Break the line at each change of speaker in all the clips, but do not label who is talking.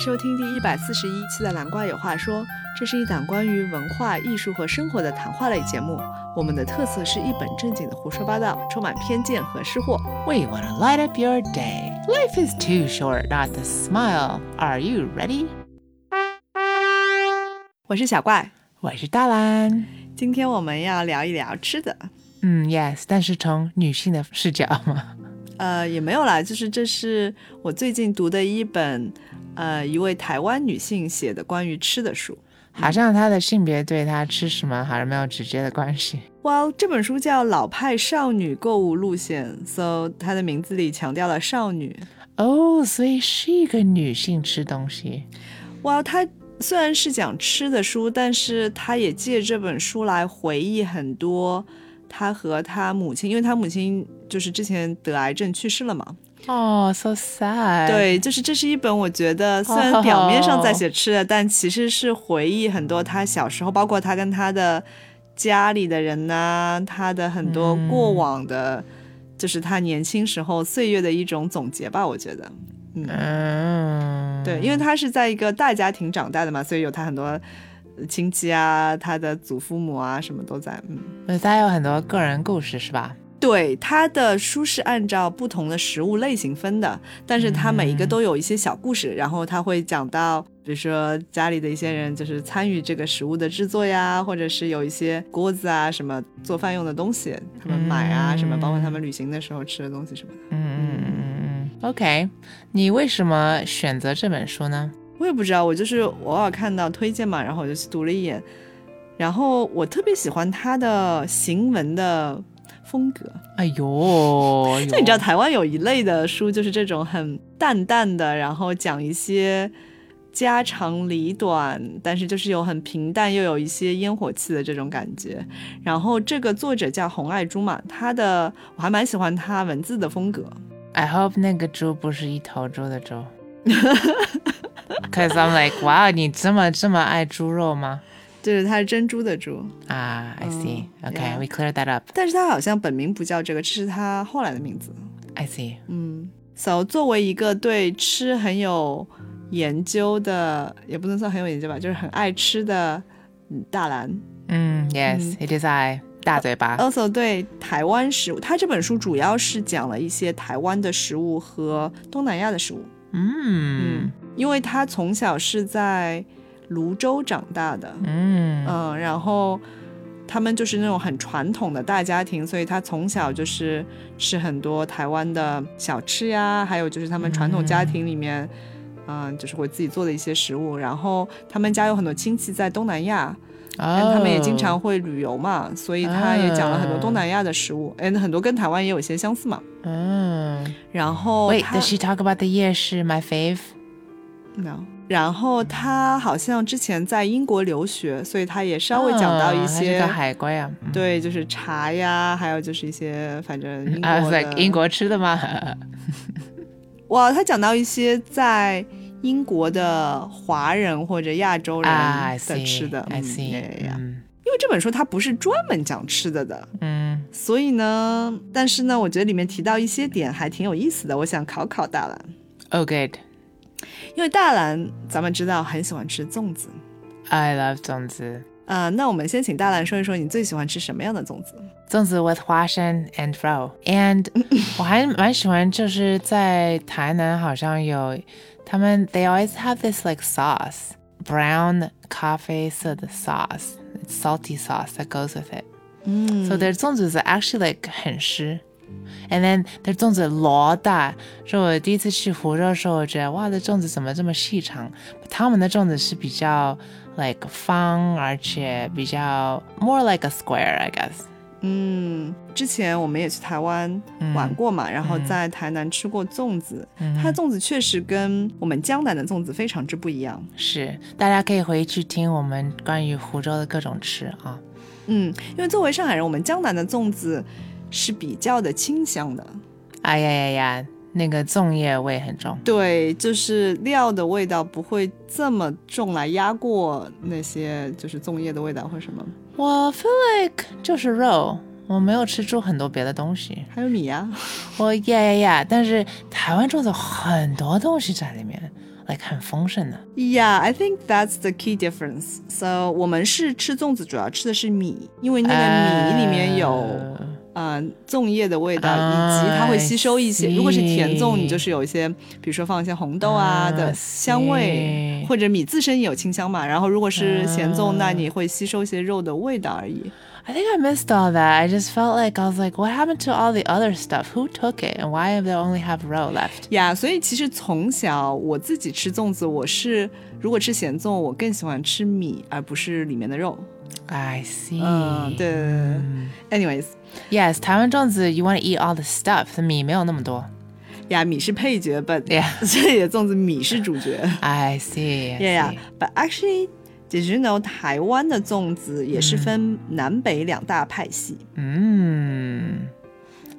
收听第一百四十一期的《南瓜有话说》，这是一档关于文化艺术和生活的谈话类节目。我们的特色是一本正经的胡说八道，充满偏见和失货。
We want to light up your day. Life is too short not to smile. Are you ready?
我是小怪，
我是大蓝。
今天我们要聊一聊吃的。
嗯，yes，但是从女性的视角嘛。
呃，也没有啦，就是这是我最近读的一本，呃，一位台湾女性写的关于吃的书。
好像她的性别对她吃什么还是没有直接的关系。
Well，这本书叫《老派少女购物路线》，so 它的名字里强调了少女。
哦，所以是一个女性吃东西。
Well，它虽然是讲吃的书，但是她也借这本书来回忆很多她和她母亲，因为她母亲就是之前得癌症去世了嘛。
哦、s o sad。，
对，就是这是一本我觉得虽然表面上在写吃的，但其实是回忆很多他小时候，包括他跟他的家里的人呐、他的很多过往的，就是他年轻时候岁月的一种总结吧。我觉得，
嗯，
对，因为他是在一个大家庭长大的嘛，所以有他很多亲戚啊，他的祖父母啊，什么都在，嗯。
为她有很多个人故事是吧？
对，它的书是按照不同的食物类型分的，但是它每一个都有一些小故事，然后它会讲到，比如说家里的一些人就是参与这个食物的制作呀，或者是有一些锅子啊什么做饭用的东西，他们买啊什么，包括他们旅行的时候吃的东西什么的。
嗯嗯嗯嗯嗯。OK，你为什么选择这本书呢？
我也不知道，我就是偶尔看到推荐嘛，然后我就去读了一眼，然后我特别喜欢它的行文的风格。
哎呦，哎呦
就你知道，台湾有一类的书，就是这种很淡淡的，然后讲一些家长里短，但是就是有很平淡又有一些烟火气的这种感觉。然后这个作者叫红爱珠嘛，她的我还蛮喜欢她文字的风格。
I hope 那个猪不是一头猪的猪。Cause I'm like, wow，你这么这么爱猪肉吗？
就是她是珍珠的珠，
啊、i see.
嗯
OK,
Oh, yeah.
we clear that up.
但是她好像本名不叫这个，这是她后来的名字。
I see.
嗯，so 作为一个对吃很有研究的，也不能算很有研究吧，就是很爱吃的嗯大蓝，
嗯，Yes, Mm,
Mm-hmm.
it is I. 大嘴巴。
also 对台湾食物，他这本书主要是讲了一些台湾的食物和东南亚的食物，
嗯
因为他从小是在泸州长大的，
嗯
嗯，然后他们就是那种很传统的大家庭，所以他从小就是吃很多台湾的小吃呀，还有就是他们传统家庭里面，嗯、就是会自己做的一些食物。然后他们家有很多亲戚在东南亚，但
哦，
他们也经
Oh.
常会旅游嘛，所以他也讲了很多东南亚的食物，哎，很多跟台湾也有些相似嘛。
嗯。
然后
Oh, Wait,
他
does she talk about the 夜市？My fave.
no，然后他好像之前在英国留学，所以他也稍微讲到
哦
一
她是
些、
个海归啊。嗯
对，就是茶呀，还有就是一些反正英
，I
国
was
的、
嗯啊 like 英国吃的吗？
哇，他讲到一些在英国的华人或者亚洲人
啊，I Ah,
的吃
see.
的，嗯
I
呀
see.
呀呀
嗯
因为这本书它不是专门讲吃的的，
嗯。
所以呢，但是呢，我觉得里面提到一些点还挺有意思的，我想考考大兰，
Oh, good.
因为大兰咱们知道很喜欢吃粽子，
I love 粽子。
呃，那我们先请大兰说一说你最喜欢吃什么样的粽子？
粽子 with 花生 and roe。And 我还蛮喜欢，就是在台南好像有他们 they always have this like sauce brown 咖啡色的 sauce。It's salty sauce that goes with it.
嗯
So their 粽子 is actually like 很湿。And then their 粽子老大，是我第一次去湖州的时候，我觉得哇，这粽子怎么这么细长？他们的粽子是比较 like 方，而且比较 more like a square, I guess.
嗯，之前我们也去台湾玩过嘛，然后在台南吃过粽子，它的粽子确实跟我们江南的粽子非常之不一样。
是，大家可以回去听我们关于湖州的各种吃啊。
嗯，因为作为上海人，我们江南的粽子是比较的清香的，
哎呀呀呀，那个粽叶味很重。
对，就是料的味道不会这么重来压过那些就是粽叶的味道或什么，
我 feel like 就是肉，我没有吃出很多别的东西。
还有米呀、啊
我呀呀呀，但是台湾粽子很多东西在里面 like 很丰盛的。
Yeah, I think that's the key difference. So 我们是吃粽子，主要吃的是米，因为那个米里面有
哎
呃粽叶的味道，以及它会吸收一些。如啊果是甜粽，你就是有一些，比如说放一些红豆啊
I
的香味
see
或者米自身也有清香嘛。然后如果是咸粽，那
啊
你会吸收一些肉的味道而已。
I think I missed all that. I just felt like I was like, what happened to all the other stuff? Who took it? And why do they only have row left?
呀所以其实从小我自己吃粽子，我是如果吃咸粽，我更喜欢吃米而不是里面的肉。
I see.
嗯，对。Anyways，
Yes, 台湾粽子, you want to eat all the stuff. 米没有那么多.
呀，米是配角，but
Yeah.
这里的粽子米是主角。
I see. I
Yeah, yeah.
see.
But actually, did you know 台湾的粽子也是分南北两大派系？
Mm.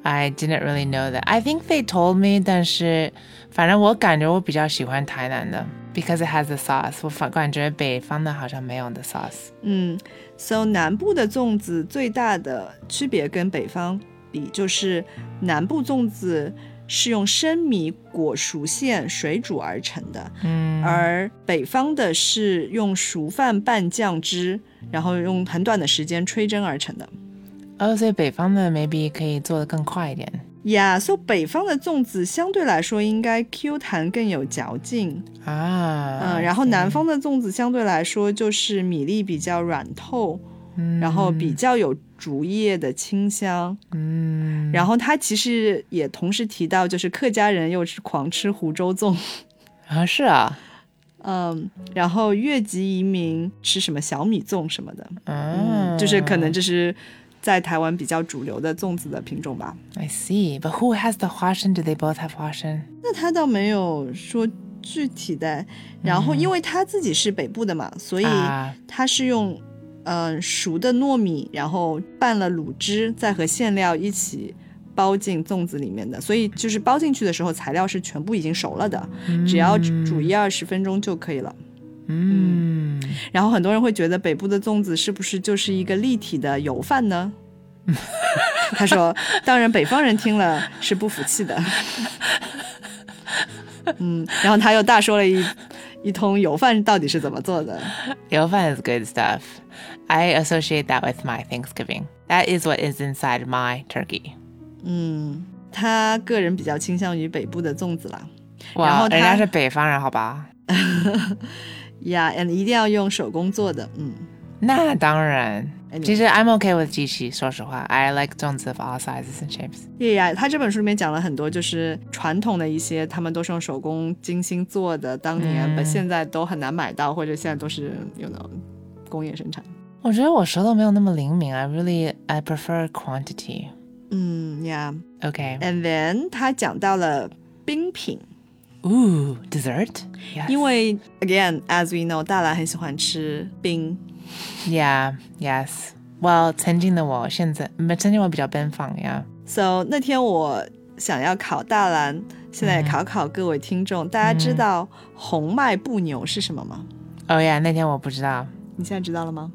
I didn't really know that. I think they told me, 但是反正我感觉我比较喜欢台南的 because it has the sauce. 我反感觉北方的好像没有的 sauce.
嗯，So 南部的粽子最大的区别跟北方比，就是南部粽子是用生米裹熟馅水煮而成的，
嗯
而北方的是用熟饭拌酱汁，然后用很短的时间吹蒸而成的。
Oh, 哦，所以北方的 maybe 可以做的更快一点。
呀，所以北方的粽子相对来说应该 Q 弹更有嚼劲，
啊，
嗯，然后南方的粽子相对来说就是米粒比较软透，
嗯，
然后比较有竹叶的清香，
嗯，
然后它其实也同时提到，就是客家人又是狂吃湖州粽，
啊是啊，
嗯，然后越籍移民吃什么小米粽什么的，
嗯
嗯，，就是可能这是在台湾比较主流的粽子的品种吧。
I see, but who has the 花生? Do they both have 花生？
那他倒没有说具体的，然后因为他自己是北部的嘛，所以
嗯啊
他是用呃熟的糯米，然后拌了卤汁，再和馅料一起包进粽子里面的，所以就是包进去的时候材料是全部已经熟了的，只要煮一二十分钟就可以了。
hmm. 嗯，
然后很多人会觉得北部的粽子是不是就是一个立体的油饭呢？他说，当然北方人听了是不服气的。嗯，然后他又大说了一一通油饭到底是怎么做的。
油饭 is good stuff. I associate that with my Thanksgiving. That is what is inside my turkey.
嗯，他个人比较倾向于北部的粽子啦。
哇，
然后它-呀、a n d 一定要用手工做的。嗯，Anyway。
人家是北方人，好吧？那当然。其实 I'm okay with 机器，说实话。I like 粽子 of all sizes and shapes.
叶呀，他这本书里面讲了很多，就是传统的一些，他们都是用手工精心做的，当
嗯
年把、现在都很难买到，或者现在都是 you know 工业生产。
我觉得我舌头没有那么灵敏。I really I prefer quantity.
嗯呀
Okay.
，and then 他讲到了冰品，
Ooh, dessert? Yes.
因为 again as we know，大兰很喜欢吃冰。
Yeah, yes. Well, 曾经的我，现在，曾经我比较奔放 yeah.
So 那天我想要考大兰，现在也考考各位听众，大家知道红麦布牛是什么吗？
Oh yeah, 那天我不知道。嗯，
你现在知道了吗？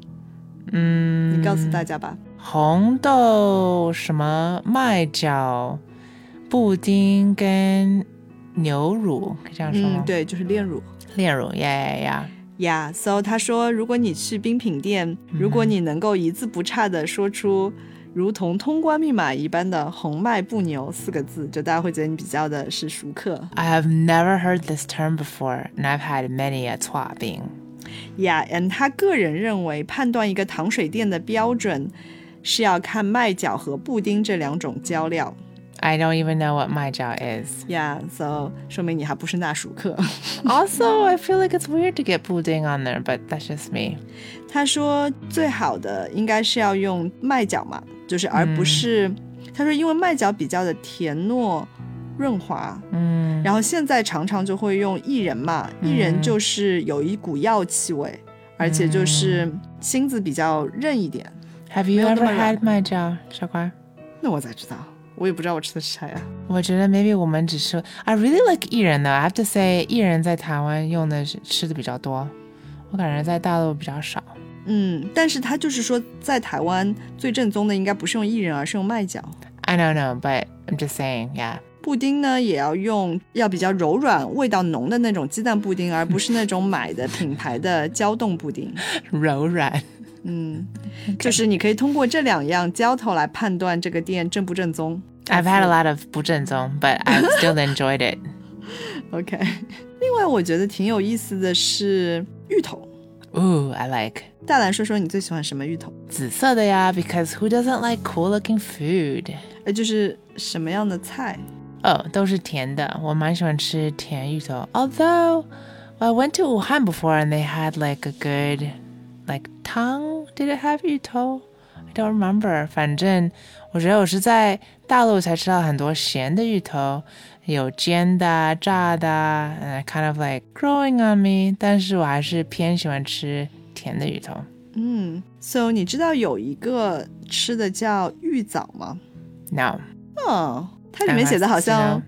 嗯
你告诉大家吧。
红豆什么麦角、布丁跟牛乳，可以这样说吗
嗯，？，对，就是炼乳。
炼乳，呀呀呀！
呀、yeah,，so 他说，如果你去冰品店，如果你能够一字不差的说出如同通关密码一般的“红麦布牛”四个字，就大家会觉得你比较的是熟客。
I have never heard this term before, and I've had many a 错饼。
Yeah，and 他个人认为，判断一个糖水店的标准是要看麦角和布丁这两种浇料。
I don't even know what 麦角 is.
Yeah，so 说明你还不是那熟客。
Also, I feel like it's weird to get 布丁 on there, but that's just me.
他说最好的应该是要用麦角嘛，就是而不是、他说因为麦角比较的甜糯润滑，
嗯，
然后现在常常就会用薏仁嘛，薏仁就是有一股药气味，而且就是芯子比较韧一点。
Have you
没有那
ever
么软
had 麦角，小乖？
那我咋知道？我也不知道我吃的是啥呀。
我觉得 maybe 我们只是 I really like 薏仁的。I have to say，薏仁在台湾用的是吃的比较多，我感觉在大陆比较少。
嗯，但是他就是说，在台湾最正宗的应该不是用薏仁，而是用麦角。
I don't know, but I'm just saying, yeah.
布丁呢也要用要比较柔软、味道浓的那种鸡蛋布丁，而不是那种买的品牌的胶冻布丁。
柔软。
嗯，就是你可以通过这两样浇头来判断这个店正不正宗。
I've had a lot of 不正宗，but I still enjoyed it.
OK，另外我觉得挺有意思的是芋头。
Ooh, I like
大兰说说你最喜欢什么芋头？
紫色的呀，because who doesn't like cool looking food？
呃，就是什么样的菜？
哦，都是甜的，我蛮喜欢吃甜芋头。Although I went to Wuhan before and they had like a good like tongue. Did it have 芋头？I don't remember. 反正我觉得我是在大陆才吃到很多咸的芋头，有煎的、炸的，and kind of like growing on me。但是我还是偏喜欢吃甜的芋头。
嗯，So 你知道有一个吃的叫芋枣吗？
No，
哦，它里面写的好像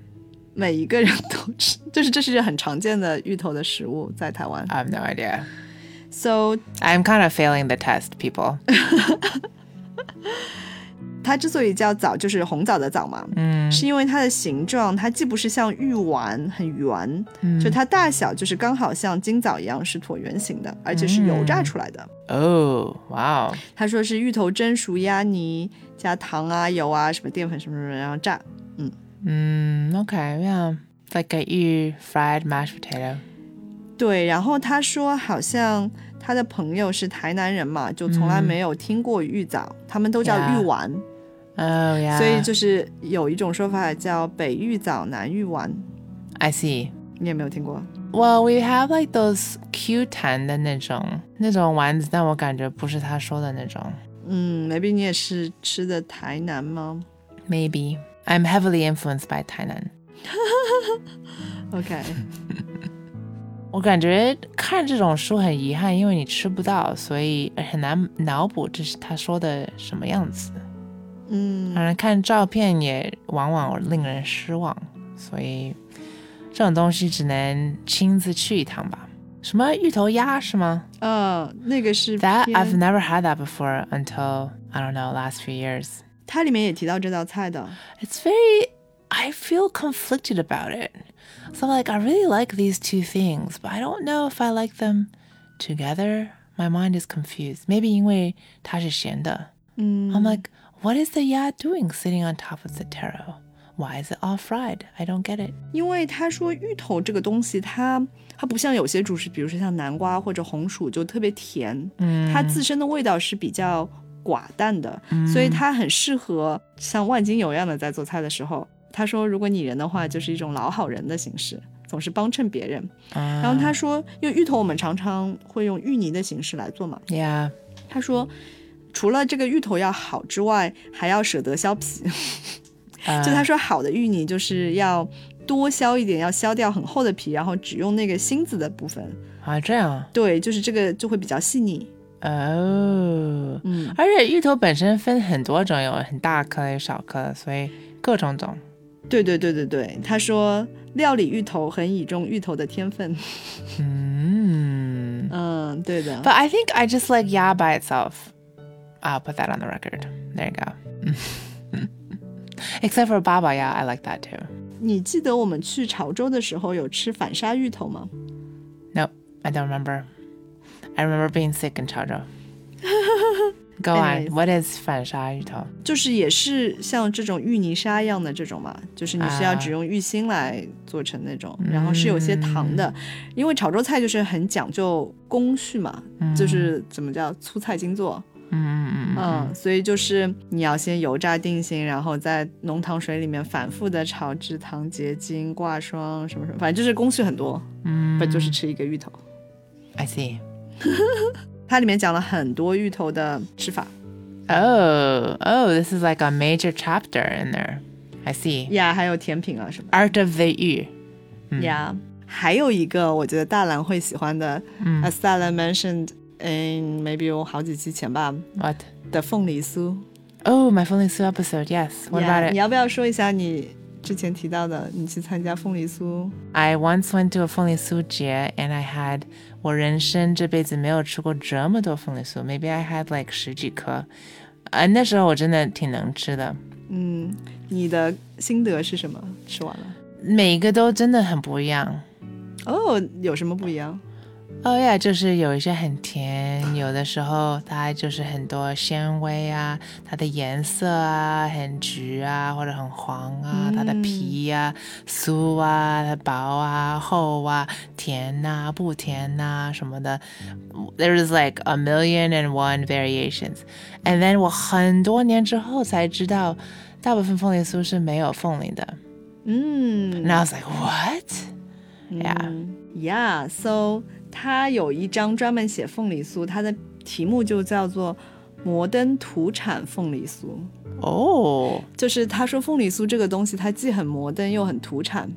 每一个人都吃，就是这是很常见的芋头的食物，在台湾。
I have no idea.
So
I'm kind of failing the test, people.
它之所以叫枣，就是红枣的枣嘛，
嗯
是因为它的形状，它既不是像玉丸很圆，就它大小就是刚好像金枣一样是椭圆形的，而且是油炸出来的。
Oh, wow.
他说是芋头蒸熟压泥，加糖啊、油啊、什么淀粉什么什么，然后炸。
Mm, okay, yeah. It's Like a you fried mashed potato.
对，然后他说好像他的朋友是台南人嘛，就从来没有听过芋枣，他们都叫
呀
芋丸
Oh, yeah.
所以就是有一种说法叫北芋枣、南芋丸，
I see.
你有没有听过？
Well, we have like those Q 弹的那种那种丸子，但我感觉不是他说的那种。
嗯，maybe 你也是吃的台南吗
Maybe I'm heavily influenced by Tainan.
？OK，
我感觉看这种书很遗憾，因为你吃不到，所以很难脑补这是他说的什么样子。
嗯
当然，看照片也往往令人失望，所以这种东西只能亲自去一趟吧。什么芋头鸭是吗
呃，那个是
？That I've
偏
never had that before until I don't know last few years.
它里面也提到这道菜的。
It's very. I feel conflicted about it. So I'm like, I really like these two things, but I don't know if I like them together. My mind is confused. Maybe 因为它是咸的。
嗯
I'm like, what is the ya doing sitting on top of the taro? Why is it all fried? I don't get it.
因为他说芋头这个东西它，它不像有些主食，比如说像南瓜或者红薯就特别甜，
嗯
它自身的味道是比较寡淡的，所以它很适合像万金油一样的在做菜的时候。他说，如果拟人的话，就是一种老好人的形式，总是帮衬别人。
嗯
然后他说，因为芋头我们常常会用芋泥的形式来做嘛，
yeah.
他说。除了这个芋头要好之外，还要舍得削皮。就他说好的芋泥就是要多削一点，要削掉很厚的皮，然后只用那个芯子的部分。
啊，这样。Oh.
对，就是这个就会比较细腻。嗯，
而且芋头本身分很多种，有很大颗，有小颗，所以各种种。
对对对对对，他说料理芋头很倚重芋头的天分。Mm.
嗯。
嗯，对的。
But I think I just like ya by itself. I'll put that on the record. There you go. Except for baba ya, I like that too.
你记得我们去潮州的时候有吃反沙芋头吗？
No, I don't remember. I remember being sick in Chaozhou. Go
Anyways.
on. What is 反沙芋头？
就是也是像这种芋泥沙一样的这种嘛，就是你是要
啊
只用芋芯来做成那种，然后是有些糖的，因为潮州菜就是很讲究工序嘛，就是怎么叫粗菜精做，嗯，所以就是你要先油炸定型，然后在浓糖水里面反复的炒制糖结晶、挂霜什么什么，反正就是工序很多，不就是吃一个芋头。
I see.
它里面讲了很多芋头的吃法
Oh, oh, this is like a major chapter in there. I see.
呀，还有甜品啊什么
Art of the Yu. 嗯 Hmm.
呀。还有一个我觉得大兰会喜欢的、a
嗯 Hmm.
s t a l a mentioned in maybe 有好几期前吧
What?
的凤梨酥。
Oh, my Fooling Sue episode. Yes. What
Yeah，
about
你
it?
要不要说一下你之前提到的，你去参加凤梨酥？
I once went to a Fooling Sue jie and I had 我人生这辈子没有吃过这么多凤梨酥. Maybe I had like 十几颗。呃，那时候我真的挺能吃的。
嗯，你的心得是什么？吃完了？
每个都真的很不一样。Oh
哦，有什么不一样？
哦呀，就是有一些很甜，有的时候它就是很多纤维啊，它的颜色啊很橘啊或者很黄啊，它的皮啊酥啊，它薄啊厚啊，甜呐、不甜呐、什么的。There's like a million and one variations. And then 我很多年之后才知道，大部分凤梨酥是没有凤梨的。
嗯
And I was like, what? Yeah.
嗯 Yeah，so 他有一章专门写凤梨酥，它的题目就叫做《摩登土产凤梨酥》。
Oh.
就是他说凤梨酥这个东西，它既很摩登又很土产，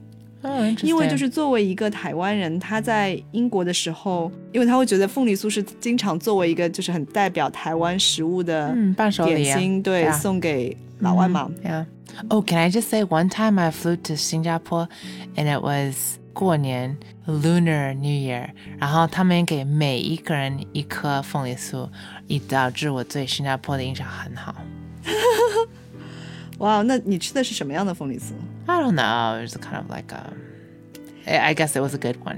Oh,
因为就
interesting.
是作为一个台湾人，他在英国的时候，因为他会觉得凤梨酥是经常作为一个就是很代表台湾食物的
嗯，伴手礼
点
啊
心，对，
啊
送给老外嘛。
Yeah. Oh, can I just say one time I flew to Singapore and it was 过年 Lunar New Year，然后他们给每一个人一颗凤梨酥，以导致我对新加坡的印象很好。
哇、那你吃的是什么样的凤梨酥？
I don't know, it's kind of like a, I I guess it was a good one.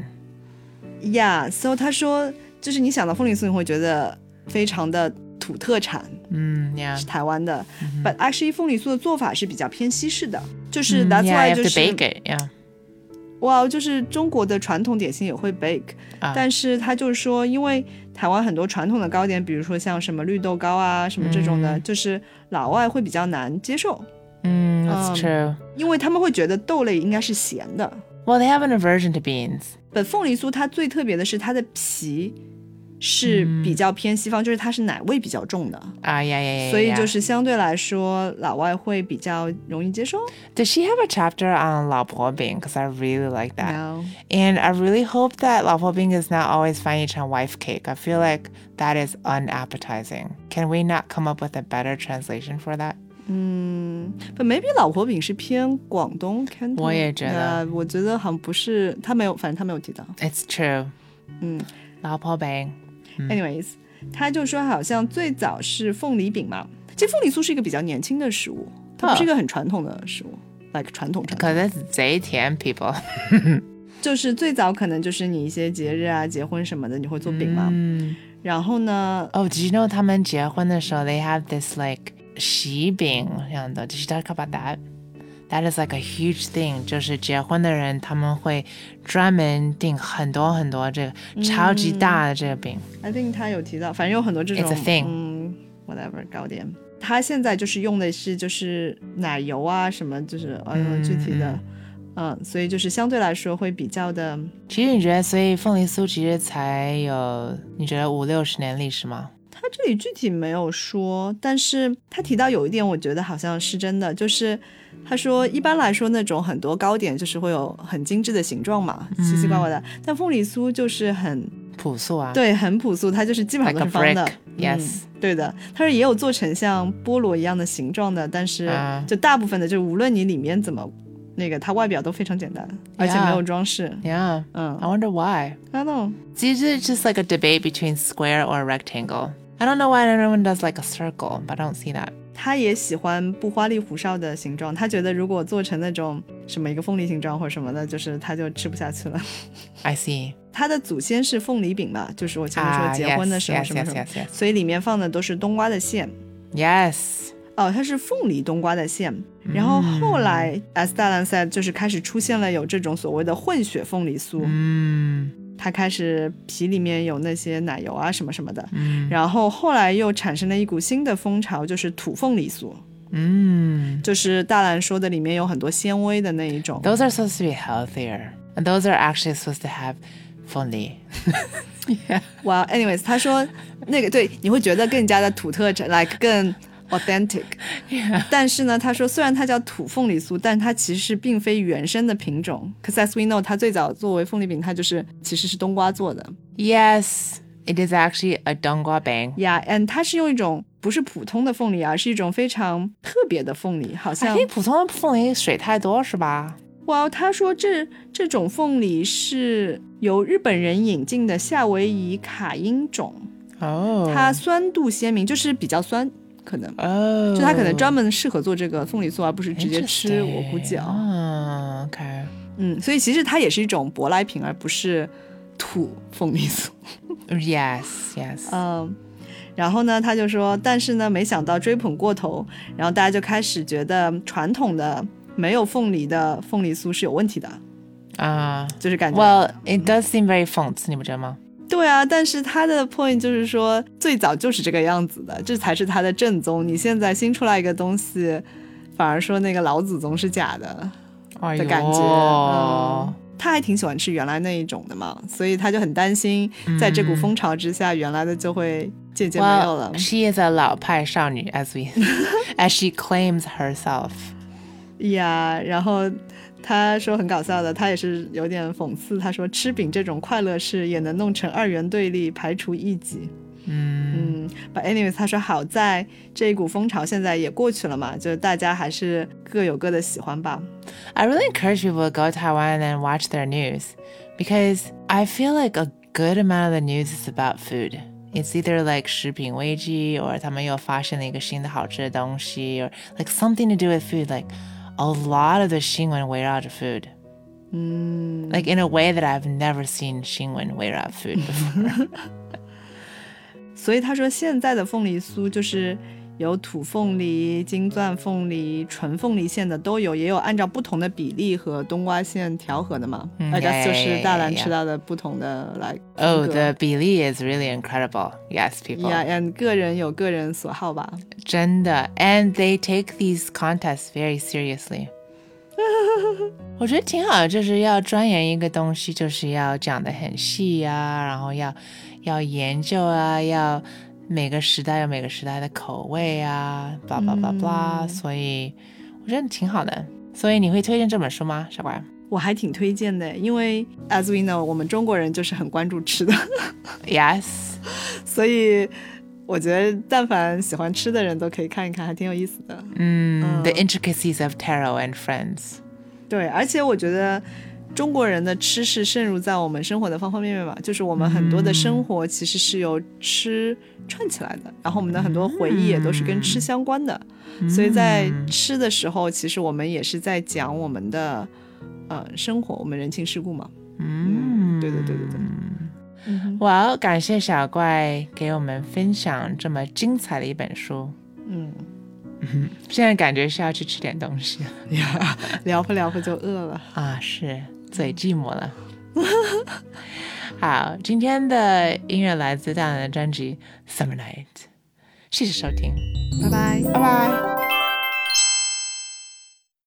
呀、yeah,，so 他说，就是你想到凤梨酥，你会觉得非常的土特产，
嗯，Yeah. Mm,
是台湾的。But actually，凤梨酥的做法是比较偏西式的，就是
嗯
that's
Mm, yeah,
why
you
就
have to
是
bake it. Yeah.
哇，就是中国的传统点心也会 bake，、
啊
但是他就是说，因为台湾很多传统的糕点，比如说像什么绿豆糕啊，什么这种的，就是老外会比较难接受，
嗯
嗯
Mm, ，That's true.
因为他们会觉得豆类应该是咸的。
Well, they have an aversion to beans.
本凤梨酥它最特别的是它的皮是比较偏西方，就是它是奶味比较重的，
啊，Yeah, Ah, yeah, yeah.
所以
yeah.
就是相对来说老外会比较容易接受。
Does she have a chapter on 老婆饼? Because I really like that.
No.
And I really hope that Lafo Bing is not always Fanyichang wife cake. I feel like that is unappetizing. Can we not come up with a better translation for that?
嗯，but maybe 老婆饼是偏广东 Canton，
我也觉得
呃我觉得好像不是，他没有，反正他没有提到。
It's true.
嗯
Lafo Bing.
，anyways，他就说好像最早是凤梨饼嘛，其实凤梨酥是一个比较年轻的食物，它
哦
不是一个很传统的食物。like 传统传统，
Because it's Zaytian people.
就是最早可能就是你一些节日啊、结婚什么的，你会做饼
嗯
嘛。
Mm.
然后呢，
Oh, did you know 他们结婚的时候 they have this like 喜饼这样的? Did you talk about that? That is like a huge thing. 就是结婚的人他们会专门订很多很多这个超级大的这个饼。
I think 他有提到，反正有很多这种
It's a thing.
嗯，whatever 糕点。他现在就是用的是就是奶油啊什么，就是呃、具体的，嗯，所以就是相对来说会比较的，
其实你觉得，所以凤梨酥其实才有你觉得五六十年历史吗？
他这里具体没有说，但是他提到有一点，我觉得好像是真的，就是他说一般来说那种很多糕点就是会有很精致的形状嘛，奇奇怪怪的，
嗯
但凤梨酥就是很
朴素啊，
对，很朴素，它就是基本上都是
Like
方
a
的。
brick, yes
嗯、对的。它是也有做成像菠萝一样的形状的，但是
啊
就大部分的，就无论你里面怎么那个，它外表都非常简单，而且没有装饰。
，Yeah,
嗯
I wonder why.
，I don't，
It's usually just like a debate between square or rectangle. I don't know why everyone does like a circle, but I don't see that.
他也喜欢不花里胡哨的形状，他觉得如果做成那种什么一个凤梨形状或者什么的，就是他就吃不下去了。
I see.
他的祖先是凤梨饼嘛，就是我前面说
啊
结婚的时候
yes,
什么
yes,
什么
yes, yes,
所以里面放的都是冬瓜的馅。
yes.
哦，它是凤梨冬瓜的馅，
嗯
然后后来 S 大兰赛就是开始出现了有这种所谓的混血凤梨酥，
嗯
它开始皮里面有那些奶油啊什么什么的，
嗯
然后后来又产生了一股新的风潮，就是土凤梨酥，
嗯。
就是大兰说的里面有很多纤维的那一种。
Mm. Those are supposed to be healthier, and those are actually supposed to have 凤梨。
哇、a n y w a y s 他说那个对，你会觉得更加的土特产，like 更 authentic。但是呢，他说虽然它叫土凤梨酥，但它其实并非原生的品种。Cause as we know，它最早作为凤梨饼，它就是其实是冬瓜做的
Yes, it is actually a dongua bang.
，Yeah，and 它是用一种不是普通的凤梨啊，是一种非常特别的凤梨，好
哎
像，
普通的凤梨水太多是吧？
哇，他说这这种凤梨是由日本人引进的夏威夷卡因种，
哦
它酸度鲜明，就是比较酸。可能
哦，哎
就它可能专门适合做这个凤梨酥，而不是直接吃。我估计啊，
啊，OK，
嗯，所以其实它也是一种舶来品，而不是土凤梨酥。
Yes, yes.
嗯， 然后呢，他就说，但是呢，没想到追捧过头，然后大家就开始觉得传统的没有凤梨的凤梨酥是有问题的，
啊、
就是感觉
well, it does seem very false，你不觉得吗？
对啊，但是他的 point 就是说，最早就是这个样子的，这才是他的正宗。你现在新出来一个东西，反而说那个老祖宗是假的，
哎
的
呦，
感觉。嗯，他还挺喜欢吃原来那一种的嘛，所以他就很担心，在这股风潮之下，原来的就会渐渐没有了。
Well, she is a 老派少女 ，as we as she claims herself.
呀，然后他说很搞笑的，他也是有点讽刺，他说吃饼这种快乐事也能弄成二元对立，排除异己。
嗯
嗯，But anyways，他说好在这一股风潮现在也过去了嘛，就是大家还是各有各的喜欢吧。
I really encourage people to go to Taiwan and watch their news because I feel like a good amount of the news is about food. It's either like 食品危机 or 他们又发现了一个新的好吃的东西 or like something to do with food. Like a lot of the 新闻围绕着 food.
嗯
Like in a way that I've never seen 新闻围绕 food before.
所以他说现在的凤梨酥就是有土凤梨、金钻凤梨、纯凤梨馅的都有，也有按照不同的比例和冬瓜馅调和的嘛。
嗯
大家就
yeah, yeah,
是
yeah,
大兰
yeah.
吃到的不同的来
oh,
风格
the 比例 is really incredible. Yes, people.
Yeah, and 个人有个人所好吧。
真的，and they take these contests very seriously 。我觉得挺好的，就是要钻研一个东西，就是要讲得很细呀、然后要要研究啊，要每个时代有每个时代的口味啊，blah blah blah blah，、
嗯
所以我觉得挺好的。所以你会推荐这本书吗，小乖
我还挺推荐的，因为 as we know，我们中国人就是很关注吃的，
？Yes，
所以我觉得但凡喜欢吃的人都可以看一看，还挺有意思的。
嗯，The intricacies of tarot and friends。
对，而且我觉得中国人的吃是渗入在我们生活的方方面面吧，就是我们很多的生活其实是由吃串起来的，然后我们的很多回忆也都是跟吃相关的，所以在吃的时候，其实我们也是在讲我们的呃生活，我们人情世故嘛。
嗯，
对对对对对。嗯哼
哇哦！感谢小怪给我们分享这么精彩的一本书。
嗯
现在感觉是要去吃点东西了
呀，聊不聊不就饿了。
啊，是嘴寂寞了。 好，今天的音乐来自大蓝的专辑《Summer Night》，谢谢收听，
拜拜。
拜拜。